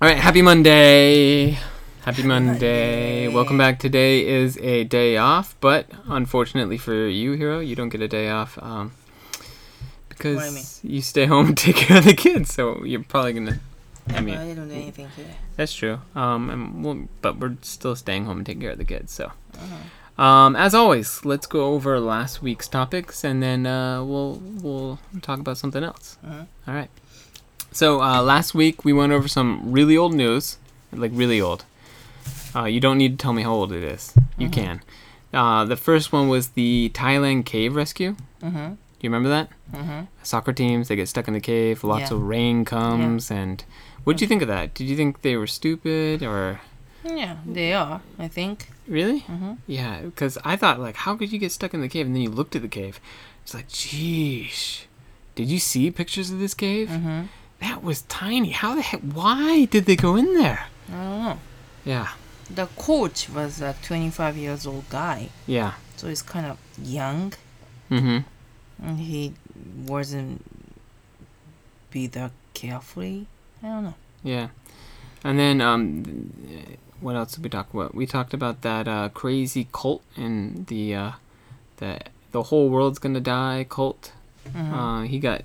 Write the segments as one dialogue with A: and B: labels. A: All right, happy Monday. Happy Monday. Welcome back. Today is a day off, but unfortunately for you, Hero, you don't get a day off um,
B: What do you mean?
A: because you stay home and take care of the kids. So you're probably gonna. I
B: Well,
A: mean,
B: I didn't do anything today.
A: that's true. Um, and we'll, but we're still staying home and taking care of the kids. So, um, as always, let's go over last week's topics, and then uh, we'll we'll talk about something else.
B: Mhm.
A: All right. So uh, last week we went over some really old news, like really old. Uh, you don't need to tell me how old it is. You can. Uh, the first one was the Thailand cave rescue.
B: Mm-hmm.
A: Do you remember that?
B: Mm-hmm.
A: Soccer teams they get stuck in the cave. Lots
B: Yeah.
A: of rain comes, and what did you think of that? Did you think they were stupid or
B: Yeah, they are. I think.
A: really?
B: Mm-hmm.
A: Yeah, because I thought like, how could you get stuck in the cave? And then you looked at the cave. It's like, geesh, did you see pictures of this cave?
B: Mm-hmm.
A: That was tiny. How the heck? Why did they go in there?
B: I don't know.
A: Yeah,
B: The coach was a 25 years old guy,
A: yeah.
B: so he's kind of young,
A: Mm-hmm.
B: and he wasn't be that carefully. I don't know.
A: Yeah. And then um, th- what else did we talk about? We talked about that uh, crazy cult and the uh, the the whole world's gonna die cult.
B: Mm-hmm.
A: Uh, he got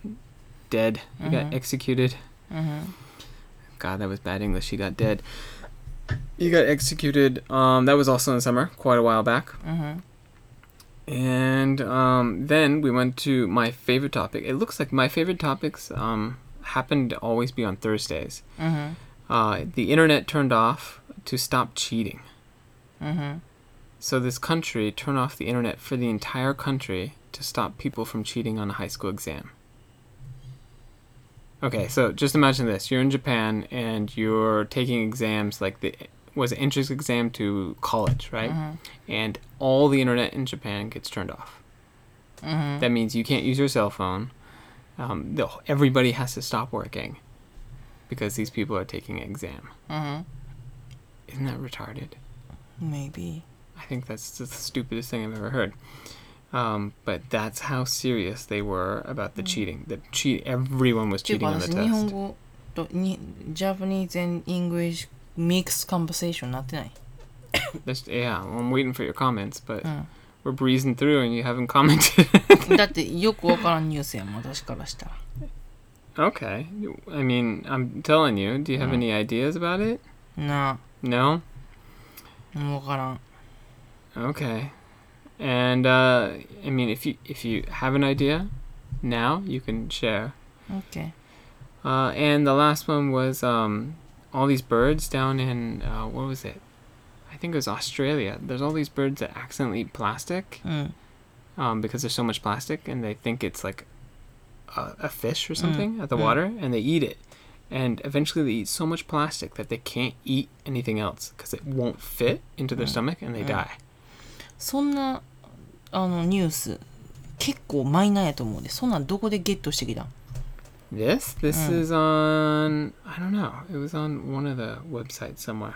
A: dead. He got
B: Mhm.
A: executed.
B: mm-hmm.
A: God, that was bad English. He got dead. He got executed. Um, that was also in the summer, quite a while back.
B: Mm-hmm.
A: And um, then we went to my favorite topic. It looks like my favorite topics um, happen to always be on Thursdays.
B: Mm-hmm.
A: Uh, the internet turned off to stop cheating.
B: Mm-hmm.
A: So this country turned off the internet for the entire country to stop people from cheating on a high school exam. Okay, so just imagine this: you're in Japan and you're taking exams like the was it entrance exam to college, right? And all the internet in Japan gets turned off.
B: Mm-hmm.
A: That means you can't use your cell phone. Um, the, everybody has to stop working because these people are taking an exam.
B: Mm-hmm.
A: Isn't that retarded?
B: Maybe.
A: I think that's just the stupidest thing I've ever heard. Um, but that's how serious they were about the cheating. The cheat, everyone was
B: っていう
A: cheating
B: か
A: on the
B: 私日本
A: test.
B: 語とにジャパニーズ and English mixed conversation になってない。
A: That's- yeah, well, I'm waiting for your comments, but
B: うん。
A: we're breezing through and you haven't commented.
B: だってよくわからんニュースやもん私からしたら
A: okay, I mean, I'm telling you. Do you have any ideas about it?
B: な
A: No.
B: あもうわからん
A: Okay. And uh, I mean, if you if you have an idea, now you can share.
B: OK
A: Uh, and the last one was um, all these birds down in uh, what was it? I think it was Australia. There's all these birds that accidentally eat plastic
B: うん
A: um, because there's so much plastic, and they think it's like a, a fish or something at the
B: mm.
A: water, and they eat it. And eventually, they eat so much plastic that they can't eat anything else because it won't fit into
B: Mm.
A: their stomach, and they die.
B: そんなあのニュース結構マイナーやと思うでそんなんどこでゲットしてきたん
A: This this
B: Mm.
A: is on I don't know. It was on one of the websites somewhere.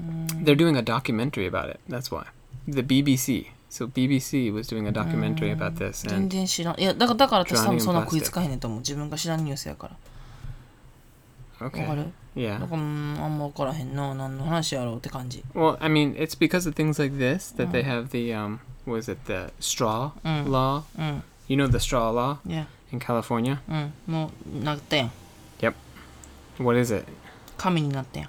A: They're doing a documentary about it. That's why. The BBC. So BBC was doing a documentary about this
B: 全
A: and
B: 然知らんいやだからだから私多
A: Drowning in
B: 分そんな
A: plastic
B: 食いつかへんねんと思う自分が知らんニュースやからわか
A: okay.
B: る
A: Yeah.
B: だからうーんあんまわからへんな何の話やろうって感じ
A: Well, I mean, it's because of things like this that they have the um was it the straw
B: Mm.
A: law?
B: うん
A: You know the straw law
B: いや
A: in California?
B: うんもうなったやん
A: What is it?
B: 神になったやん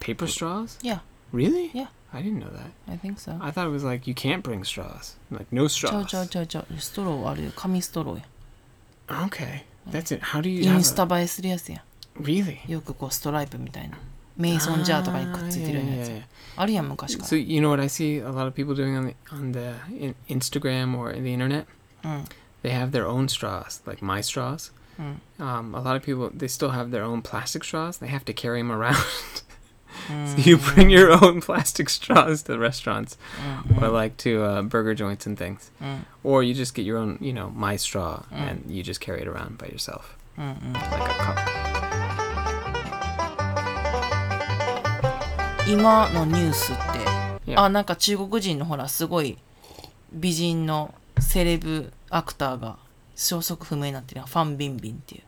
A: Paper straws?
B: Yeah.
A: Really?
B: Yeah.
A: I didn't know that.
B: I think so
A: I thought it was like you can't bring straws. Like no
B: ちゃう
A: straws.
B: ちゃうちゃうちゃうストローあるよ紙ストローや
A: Okay. That's it. How do you
B: イ
A: have
B: ン
A: a-
B: スタ映えするやつや
A: Really?
B: よくこうストライプみたいなメイソンジャーとかにくっついてるような
A: Ah,
B: や
A: yeah,
B: つ
A: yeah,
B: あるやん昔
A: yeah.
B: か
A: So you know what I see a lot of people doing on the on the in Instagram or in the internet?
B: らうん
A: They have their own straws, like my straws.
B: うん
A: Um, a lot of people they still have their own plastic straws. They have to carry them around.
B: うん
A: so you bring your own plastic straws to restaurants
B: うん
A: or like to uh, burger joints and things,
B: うん、
A: or you just get your own, you know, my straw
B: Mm.
A: and you just carry it around by yourself
B: うんうん
A: like a cup.
B: 今のニュースって
A: Yeah.
B: あなんか中国人のほらすごい美人のセレブアクターが消息不明になってるやんファン・ビンビンっていう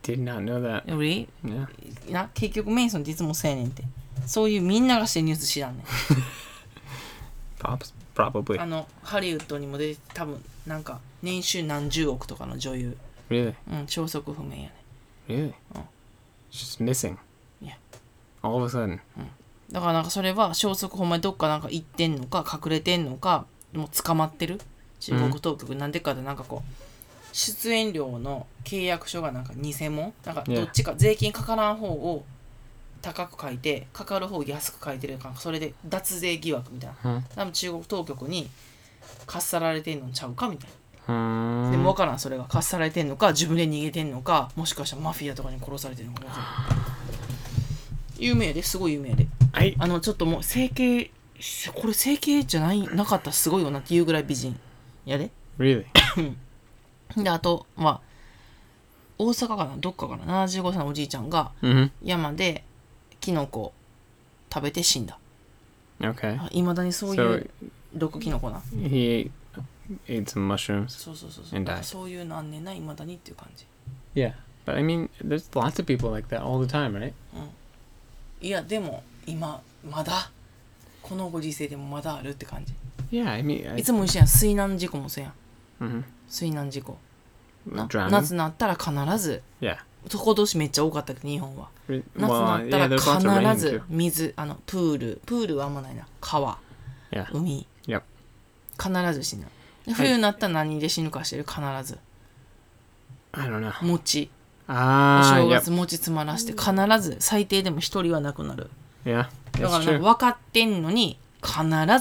A: Did not know that.
B: より
A: Yeah.
B: な結局メイソンっていつもそうやねんってそういうみんながしてるニュース知らんねん
A: Pops, probably.
B: あのハリウッドにも出て多分なんか年収何十億とかの女優
A: Really?
B: うん消息不明やね
A: Really?
B: Oh.
A: It's just missing.
B: Yeah.
A: All of a sudden.
B: だからなんかそれは消息ほんまにどっかなんか行ってんのか隠れてんのかもう捕まってる中国当局なんでかでなんかこう出演料の契約書がなんか偽物なんか
A: Yeah.
B: どっちか税金かからん方を高く書いてかかる方を安く書いてるからそれで脱税疑惑みたいな、
A: うん
B: 多分中国当局にかっさられてんのちゃうかみたいな
A: Hmm.
B: でも分からんそれがかっさられてんのか自分で逃げてんのかもしかしたらマフィアとかに殺されてんのか分からん有名やですごい有名やで
A: I
B: あのちょっともう整形しこれ整形じゃないなかったらすごいよなっていうぐらい美人やで
A: really.
B: であとまあ大阪かなどっかかな75歳のおじいちゃんが
A: Mm-hmm.
B: 山でキノコ食べて死んだ
A: Okay.
B: いまだにそうい
A: So
B: う毒キノコな
A: he ate, ate some mushrooms.
B: そうそうそうそう
A: And died.
B: なんかそういうのあんねんないまだにっていう感じ
A: Yeah. But I mean, there's lots of people like that all the time, right?
B: いやでも今まだこのご時世でもまだあるって感じ
A: Yeah. I mean, I,
B: いつも一緒やん水難事故もそうやん
A: hmm
B: 水難事故な
A: drowning.
B: 夏になったら必ず
A: yeah.
B: 男同士めっちゃ多かったけど日本は
A: Re-
B: 夏にな
A: Well, uh,
B: っ
A: yeah,
B: た
A: there's lots of
B: ら
A: rain
B: 必ず
A: too.
B: 水あのプールプールはあんまないな川
A: Yeah.
B: 海
A: Yep.
B: 必ず死ぬで冬になったら何で死ぬかしてる必ず
A: I don't know.
B: 餅お
A: Ah, yep.
B: 正月餅詰まらして必ず最低でも一人は亡くなる
A: Yeah.
B: だ
A: That's
B: からなん
A: true.
B: か分かってんのに必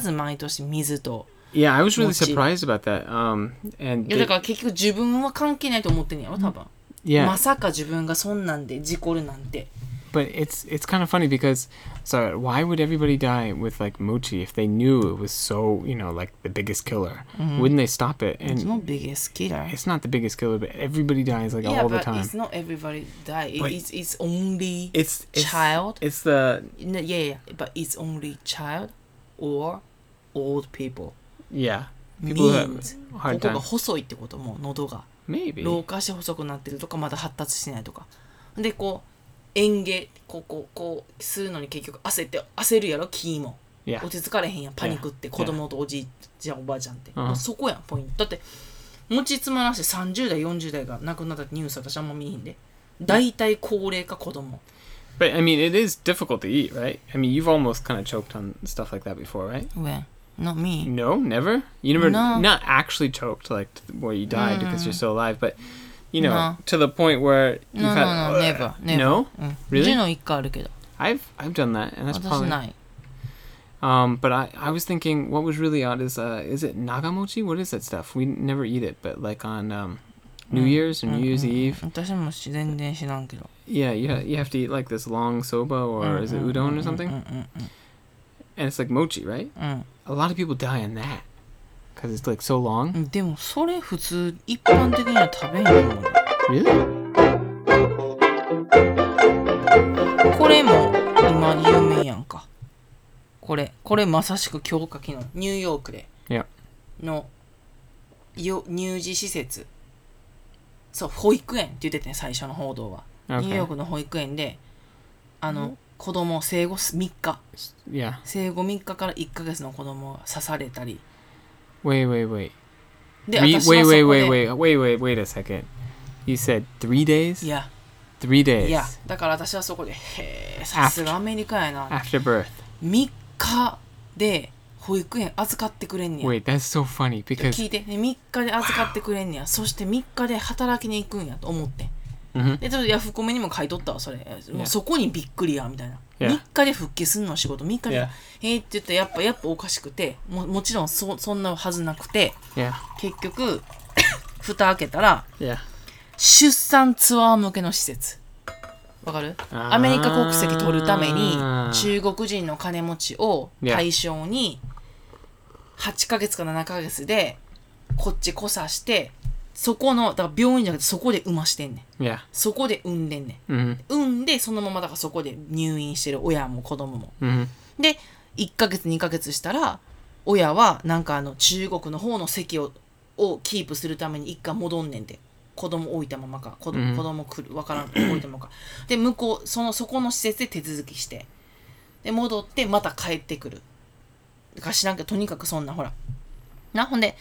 B: ず毎年水と
A: Yeah, I was really
B: Mochi.
A: surprised about that. Um, and
B: いや
A: they-
B: だから結局自分は関係ないと思ってんねやろ多分、
A: yeah,
B: まさか自分がそんなんで事故るなんて
A: but it's it's kind of funny because so why would everybody die with like mochi if they knew it was so you know like the biggest killer?
B: Mm.
A: Wouldn't they stop it?
B: そ
A: And
B: のビゲスキラー
A: it's not the biggest killer, but everybody dies like
B: Yeah,
A: all the
B: but
A: time.
B: it's not everybody die.
A: But-
B: It's it's only
A: It's,
B: child.
A: It's the
B: No, yeah, yeah, but it's only child or old people.
A: yeah people who have
B: Means
A: a
B: こ
A: hard
B: こが
A: time.
B: 細いってこともう喉が
A: Maybe
B: 老化して細くなってるとかまだ発達してないとかでこう嚥下こうこうこうするのに結局焦って焦るやろキーも
A: yeah
B: 落ち着かれへんやんパニックって
A: Yeah.
B: 子供とおじいちゃんおばあちゃんって、
A: うん
B: もうそこやんポイントだって持ちつまらして30代40代が亡くなったってニュース私あんま見えへんで大体高齢か子供
A: but I mean it is difficult to eat right I mean you've almost kind of choked on stuff like that before right
B: When? Not me
A: No, never. You never,
B: No. Mm.
A: not actually choked like to the- where you died because you're still alive, but you know,
B: No.
A: to the point where you've
B: No,
A: had.
B: no, no, never, never.
A: No,
B: うん、
A: Really?
B: ジュノ1回あるけど
A: I've I've done that, and that's
B: 私
A: probably.
B: ない
A: Um, but I I was thinking, what was really odd is uh, is it nagamochi? What is that stuff? We never eat it, but like on um, New Year's or New Year's
B: mm-hmm.
A: Eve,
B: 私もし全然知らんけど
A: yeah, you ha- you have to eat like this long soba or is it
B: うんうん
A: udon
B: う
A: or
B: ん
A: something?
B: うんうん
A: And it's like mochi, right?
B: うん、
A: A lot of people die in that because it's like so long.
B: うん、でもそれ普通一般的には食べへんと思う
A: Really?
B: これも今有名やんかこれこれまさしく今日か昨日ニューヨークで
A: Yeah.
B: のよ乳児施設そう保育園って言っててね最初の報道は、
A: Okay.
B: ニューヨークの保育園であの、子供生後3日
A: Yeah.
B: 生後3日から1ヶ月の子供が刺されたり
A: Wait, wait, wait.
B: で
A: Three-
B: 私はそ
A: wait,
B: こ
A: wait,
B: で
A: wait, wait, wait, wait, wait a second. You said three days?
B: いや
A: Three days
B: いやだから私はそこでへえさすがアメリカやな
A: after birth.
B: 3日で保育園預かってくれんねや
A: Wait, that's so funny
B: 聞
A: because
B: いてで3日で預かってくれんねやそして3日で働きに行くんやと思ってん
A: Mhm.
B: でちょっとヤフコメにも書いとったわそれも
A: Yeah.
B: うそこにびっくりやみたいな
A: Yeah.
B: 3日で復帰すんの仕事3日で
A: Yeah.
B: えーって言ったらやっぱやっぱおかしくてももちろんそそんなはずなくて
A: yeah,
B: 結局 蓋開けたら
A: yeah,
B: 出産ツアー向けの施設わかる
A: あー
B: アメリカ国籍取るために中国人の金持ちを対象に8ヶ月か7ヶ月でこっち来さしてそこのだから病院じゃなくてそこで産ましてんねん
A: yeah.
B: そこで産んでんねん
A: hmm
B: 産んでそのままだからそこで入院してる親も子供も
A: hmm
B: で1ヶ月2ヶ月したら親はなんかあの中国の方の席ををキープするために一回戻んねんて子供置いたままか子
A: う
B: 供
A: ん
B: 子供来るわからん置いたままかで向こうそのそこの施設で手続きしてで戻ってまた帰ってくるだから知らんけどとにかくそんなほらなほんで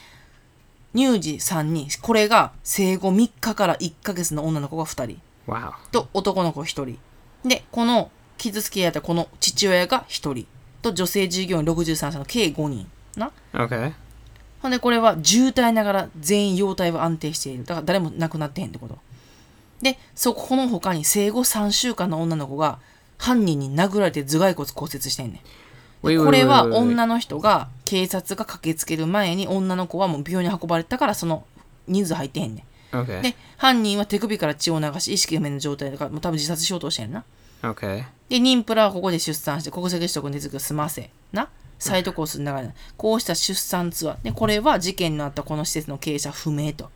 B: 乳児さんにこれが生後3日から1ヶ月の女の子が2人
A: Wow.
B: と男の子1人でこの傷つけやったこの父親が1人と女性従業員63歳の計5人な
A: Okay.
B: ほんでこれは渋滞ながら全員容体は安定しているだから誰も亡くなってへんってことでそこの他に生後3週間の女の子が犯人に殴られて頭蓋骨骨折してんねん
A: Wait,
B: こ
A: wait,
B: れ
A: wait,
B: は
A: wait, wait.
B: 女の人が警察が駆けつける前に女の子はもう病院に運ばれてたからその人数入ってへんね
A: Okay.
B: んで犯人は手首から血を流し意識不明の状態だからもう多分自殺しようとしてんな
A: Okay.
B: で妊婦らはここで出産して国籍取得の手続きを済ませなサイトコースの流れこうした出産ツアーでこれは事件のあったこの施設の経営者不明と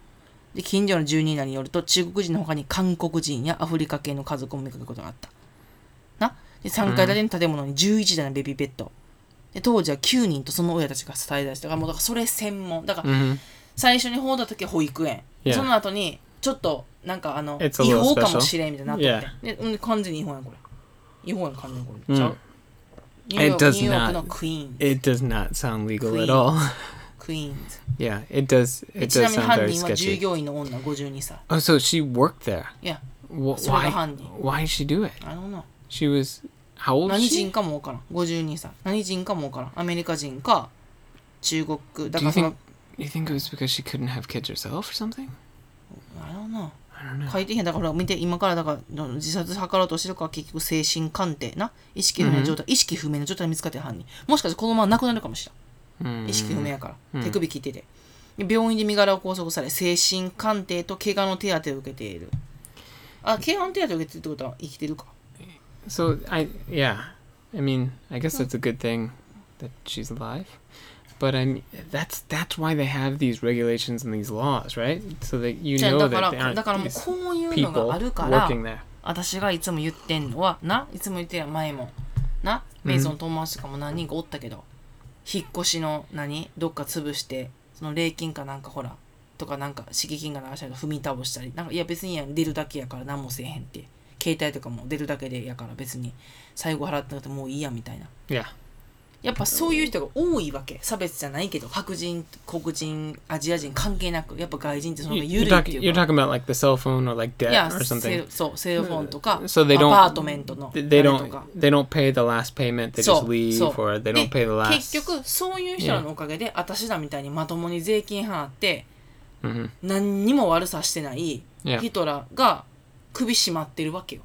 B: で近所の住人らによると中国人の他に韓国人やアフリカ系の家族も見かけることがあったなで3階建ての建物に11台のベビーベッドで当時は9人とその親たちが伝え出したからもうだからそれ専門だから
A: Mm-hmm.
B: 最初に報道時は保育園、
A: Yeah.
B: その後にちょっとなんかあの
A: It's a
B: 違
A: little
B: 法かもしれんみたいになってて、でうん完全に違法やんこれ違法やん完全にこ
A: う
B: れ、
A: ん
B: ちゃうニューヨーク
A: does
B: ニューヨークの
A: not.
B: クイーン
A: It does not sound legal at
B: Queen.
A: all.
B: クイーンズ
A: yeah, it does.
B: で
A: It
B: ちな
A: does
B: みに
A: sound
B: 犯
A: very
B: 人は従
A: sketchy.
B: 業員の女52歳
A: Oh, so she worked there.
B: いや
A: Wh-
B: それが
A: why?
B: 犯人。
A: Why did she do it?
B: あのな
A: She was how old?
B: 何
A: was
B: 人
A: she?
B: かも分からん52歳何人かも分からんアメリカ人か中国だ
A: Do
B: か
A: you
B: らその
A: think? You think it was because she couldn't have kids herself or something?
B: あのな
A: I don't know.
B: 書いてへんだから見て今からだから自殺図ろうとしてるから結局精神鑑定な意識不明の状態、意識不明の状態で見つかってる犯人もしかして子供は亡くなるかもしれん
A: Mm.
B: 意識不明やから、
A: うん
B: 手首切っててで病院で身柄を拘束され精神鑑定と怪我の手当てを受けているあ怪我の手当てを受けてるってことは生きてるか
A: So I yeah, I mean I guess that's a good thing that she's alive, but I mean that's that's why they have these regulations and these laws, right? So that you
B: じゃあ
A: know
B: だか
A: that
B: ら
A: there
B: だか
A: aren't
B: らもう
A: these
B: こういうの
A: people
B: があるから
A: working there.
B: 私がいつも言ってんのはないつも言ってるやん前もなメイソン友達とかも何人かおったけど、引っ越しの何どっか潰してその礼金かなんかほらとかなんか刺激金が流したり踏み倒したりなんかいや別にいいやん出るだけやから何もせえへんって携帯とかも出るだけでやから別に最後払ってなくてもういいやみたいな
A: Yeah,
B: やっぱそういう人が多いわけ差別じゃないけど白人黒人アジア人関係なくやっぱ外人ってその方
A: you,
B: が
A: you're,
B: 緩いって
A: talking,
B: い
A: you're
B: うか
A: talking about like the cell phone or like
B: いや
A: debt or
B: セ
A: something.
B: ルそうセルフォンとか、
A: So they
B: ア
A: don't-
B: パートメントの
A: They, they
B: あれとか
A: don't they don't pay the last payment. They
B: そ
A: just
B: うそう
A: leave or they
B: で
A: don't pay the last.
B: 結局そういう人らのおかげで、私らみたいにまともに税金払って
A: Mhm.
B: 何にも悪さしてない
A: いや
B: 人らが首絞まってるわけよ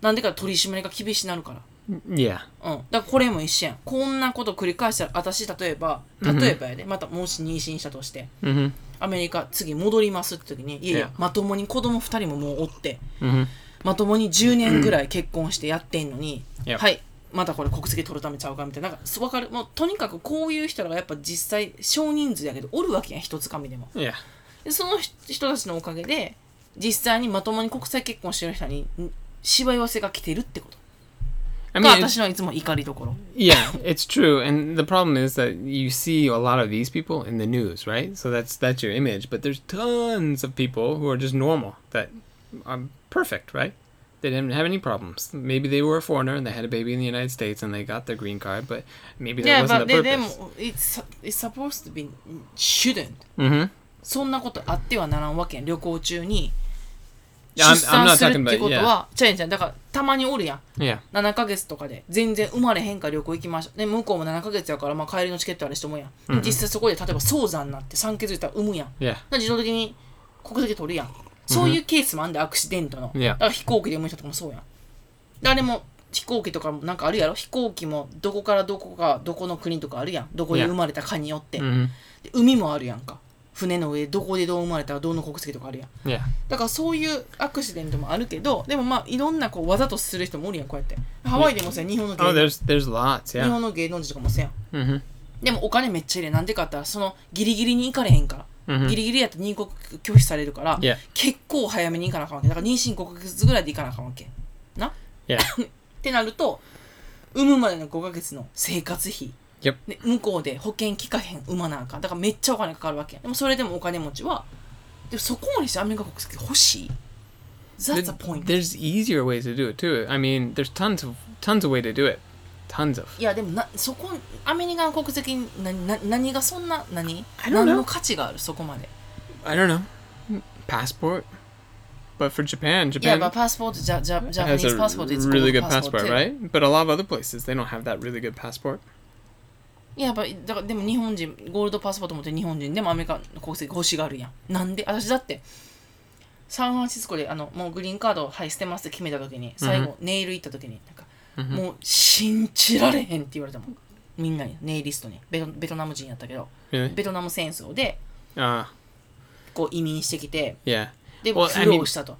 B: なんでか取り締まりが厳しになるから
A: Mm-hmm. Yeah.
B: うん、だからこれも一緒やんこんなこと繰り返したら私例えば
A: うん
B: 例えばやで、またもし妊娠したとして
A: hmm
B: アメリカ次戻りますって時にい
A: い
B: やい
A: や
B: やまともに子供2人ももうおって、
A: hmm
B: まともに10年ぐらい結婚してやってんのに、
A: Yep.
B: はいまたこれ国籍取るためちゃうかみたいななんかそうわかるもうとにかくこういう人らがやっぱ実際少人数やけどおるわけやん一つ紙でも
A: Yeah.
B: でその人人たちのおかげで実際にまともに国際結婚してる人にんしわ寄せが来てるってこと
A: I
B: が
A: mean, it's-
B: 私のいつも怒りどころ
A: Yeah, it's true, and the problem is that you see a lot of these people in the news, right? So that's that's your image, but there's tons of people who are just normal that are perfect, right? They didn't have any problems. Maybe they were a foreigner and they had a baby in the United States and they got their green card, but maybe that
B: いや
A: wasn't
B: ば
A: the
B: ででも
A: purpose.
B: it's, it's supposed to be shouldn't
A: Mm-hmm.
B: そんなことあってはならんわけやん旅行中に
A: い
B: 出
A: や I'm-
B: 産す
A: I'm
B: る
A: not talking
B: ってこと
A: about-
B: はちゃうやんちゃうやんだからたまにおるやん
A: Yeah.
B: 7ヶ月とかで全然生まれへんから旅行行きましょうで向こうも7ヶ月やから、まあ、帰りのチケットあれしてもやん、実際そこで例えば早産になって産気づいたら産むやん
A: Yeah.
B: で自動的に国籍取るやんそういうケースもあんでアクシデントの、
A: いや
B: だから飛行機で産む人とかもそうやん誰も飛行機とかもなんかあるやろ飛行機もどこからどこかどこの国とかあるやんどこで生まれたかによって、
A: Mm-hmm.
B: で海もあるやんか船の上でどこでどう生まれたらどうの国籍とかあるやん
A: Yeah.
B: だからそういうアクシデントもあるけどでもまあいろんなこうわざとする人もおるやんこうやってハワイでもさ日本の芸
A: Oh,
B: 能
A: there's there's lots.
B: 日
A: Yeah.
B: 本の芸能人とかもせやん
A: Mm-hmm.
B: でもお金めっちゃ入れなんでかって言ったらそのギリギリに行かれへんから、
A: Mhm.
B: ギリギリやったら入国拒否されるから、
A: Yeah.
B: 結構早めに行かなあかんわけだから妊娠5ヶ月ぐらいで行かなあかんわけな っ
A: Yeah.
B: てなると産むまでの5ヶ月の生活費
A: Yep.
B: で向こうで保険聞かへん産まなあかんだからめっちゃお金かかるわけやんでもそれでもお金持ちはでもそこまでしてアメリカ国籍欲しい That's the
A: Th-
B: point.
A: There's easier ways to do it too. I mean, there's tons of tons of way to do it. Tons of.
B: いやでもなそこアメリカの国籍になな何がそんな何
A: I don't know.
B: 何の価値があるそこまで
A: I don't know. Passport. But for Japan,
B: いや
A: Japan
B: まあパスポートジャジャジャパ
A: has
B: ニーズ
A: a
B: パスポート is
A: really
B: called
A: good passport,
B: passport,
A: right? But a lot of other places they don't have that really good passport.
B: いややっぱだからでも日本人ゴールドパスポート持ってる日本人でもアメリカの国籍欲しがあるやんなんで私だってサンフランシスコであのもうグリーンカードはい捨てますって決めた時に最後、ネイル行った時になんか、もう信じられへんって言われたもんみんなにネイリストにベトベトナム人やったけど
A: Really?
B: ベトナム戦争で
A: Uh,
B: こう移民してきて
A: yeah.
B: で、
A: Well,
B: 苦
A: I
B: 労
A: mean,
B: したと。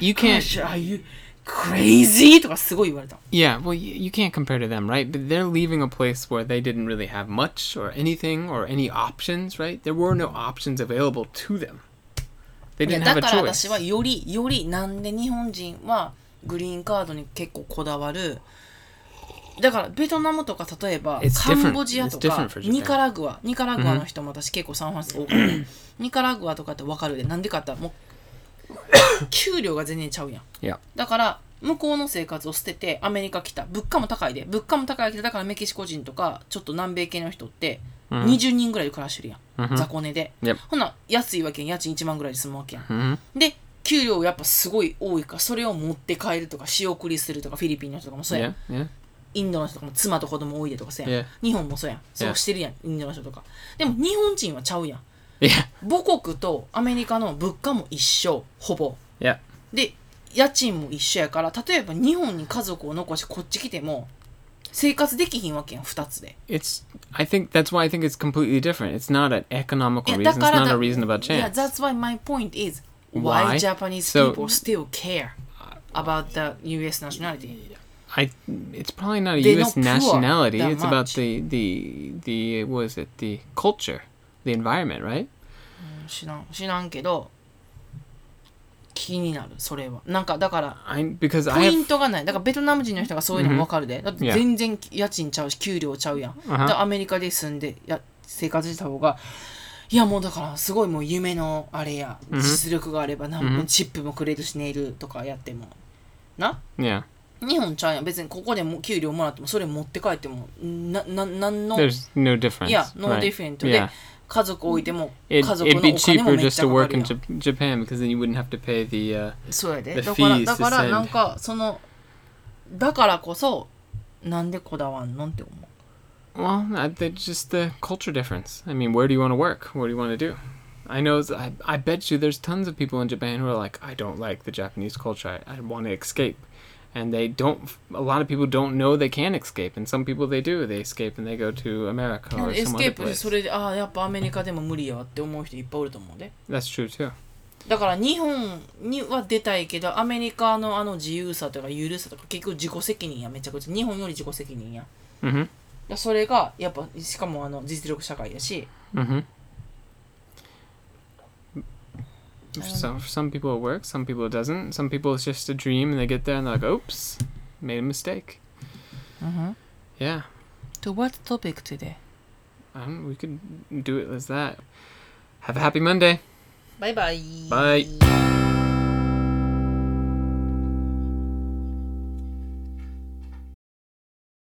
A: you can't.
B: Gosh, are you crazy? とかすごい言われた。
A: Yeah, well, y- you can't compare to them, right? But they're leaving a place where they didn't really have much or anything or any options, right? There were no options available to them. They
B: いや
A: didn't
B: だ
A: have a
B: から私
A: choice.
B: はより、よりなんで日本人はグリーンカードに結構こだわる。だからベトナムとか例えば
A: It's
B: カ
A: different.
B: ンボジアと
A: It's different
B: か
A: for Japan.
B: ニカラグアニカラグアの人も私結構サンファンシスコ多かったニカラグアとかって分かるでなんでかって言ったらもう給料が全然ちゃうやん
A: Yeah.
B: だから向こうの生活を捨ててアメリカ来た物価も高いで物価も高いけどだからメキシコ人とかちょっと南米系の人って20人ぐらいで暮らしてるやん、雑魚寝で、
A: Yep.
B: ほな安いわけやん家賃1万ぐらいで済むわけやん、
A: Mhm.
B: で給料やっぱすごい多いからそれを持って帰るとか仕送りするとかフィリピンの人とかもそうやん、
A: Yeah. Yeah.
B: インドの人とかも妻と子供多いでとかそうやん、
A: Yeah.
B: 日本もそうやんそうしてるやん、インドの人とかでも日本人はちゃうやん
A: Yeah.
B: 母国とアメリカの物価も一緒ほぼ
A: Yeah.
B: で家賃も一緒やから例えば日本に家族を残してこっち来ても生活できひんわけやん2つで
A: It's. I think that's why I think it's completely different. It's not an economical
B: い
A: reason.
B: やだ
A: It's
B: から
A: not
B: だ
A: a reason about
B: いや
A: chance.
B: that's why my point is
A: Why?
B: why Japanese
A: So-
B: people still care about the US nationality
A: I. It's probably not a
B: They're
A: U.S.
B: not poor
A: nationality.
B: that
A: It's about
B: much.
A: the the the what is it the culture, the environment, right?
B: 知らん知らんけど気になるそれはなんかだから
A: I because I
B: ポイン
A: have
B: トがないだからベトナム人の人がそういうのも分かるで、だって
A: Yeah.
B: 全然家賃ちゃうし給料ちゃうやん、
A: は
B: だからアメリカで住んでや生活した方がいやもうだからすごいもう夢のあれや実力があればなん
A: うん
B: チップもくれるしネイルとかやってもな
A: yeah.
B: 日本ちゃうやん別にここでも給料もらってもそれ持って帰ってもなななんの
A: There's no difference.
B: Yeah, no
A: right?
B: different.
A: Yeah.
B: 家族置いても家
A: It,
B: 族の
A: it'd
B: お
A: be
B: 金も
A: cheaper
B: めっ
A: just
B: ちゃ
A: to
B: かか
A: work
B: るや
A: in
B: ん
A: Jap- Japan because then you wouldn't have to pay the. Uh,
B: そうやで
A: The
B: だから
A: fees
B: だから
A: to send.
B: なんかそのだからこそなんでこだわんのんって思う
A: well, I, that's just the culture difference. I mean, where do you want to work? What do you want to do? I know. it's- I, I bet you there's tons of people in Japan who are like, I don't like the Japanese culture. I, I want to escape, and they don't. A lot of people don't know they can escape, and some people they do. They escape and they go to America or
B: エ
A: some
B: スケ
A: other
B: ープで
A: place.
B: それでああやっぱアメリカでも無理やわって思う人いっぱいおると思うで
A: That's true too.
B: だから日本には出たいけどアメリカのあの自由さとか緩さとか結局自己責任やめちゃくちゃ日本より自己責任や
A: hmm
B: だそれがやっぱしかもあの実力社会やし
A: hmm So for some people it works, some people it doesn't. Some people it's just a dream, and they get there and they're like, "Oops, made a mistake." Yeah,
B: To what topic today?
A: I don't, Um, we could do it as that. Have a happy Monday.
B: バイバイ
A: Bye.
B: イ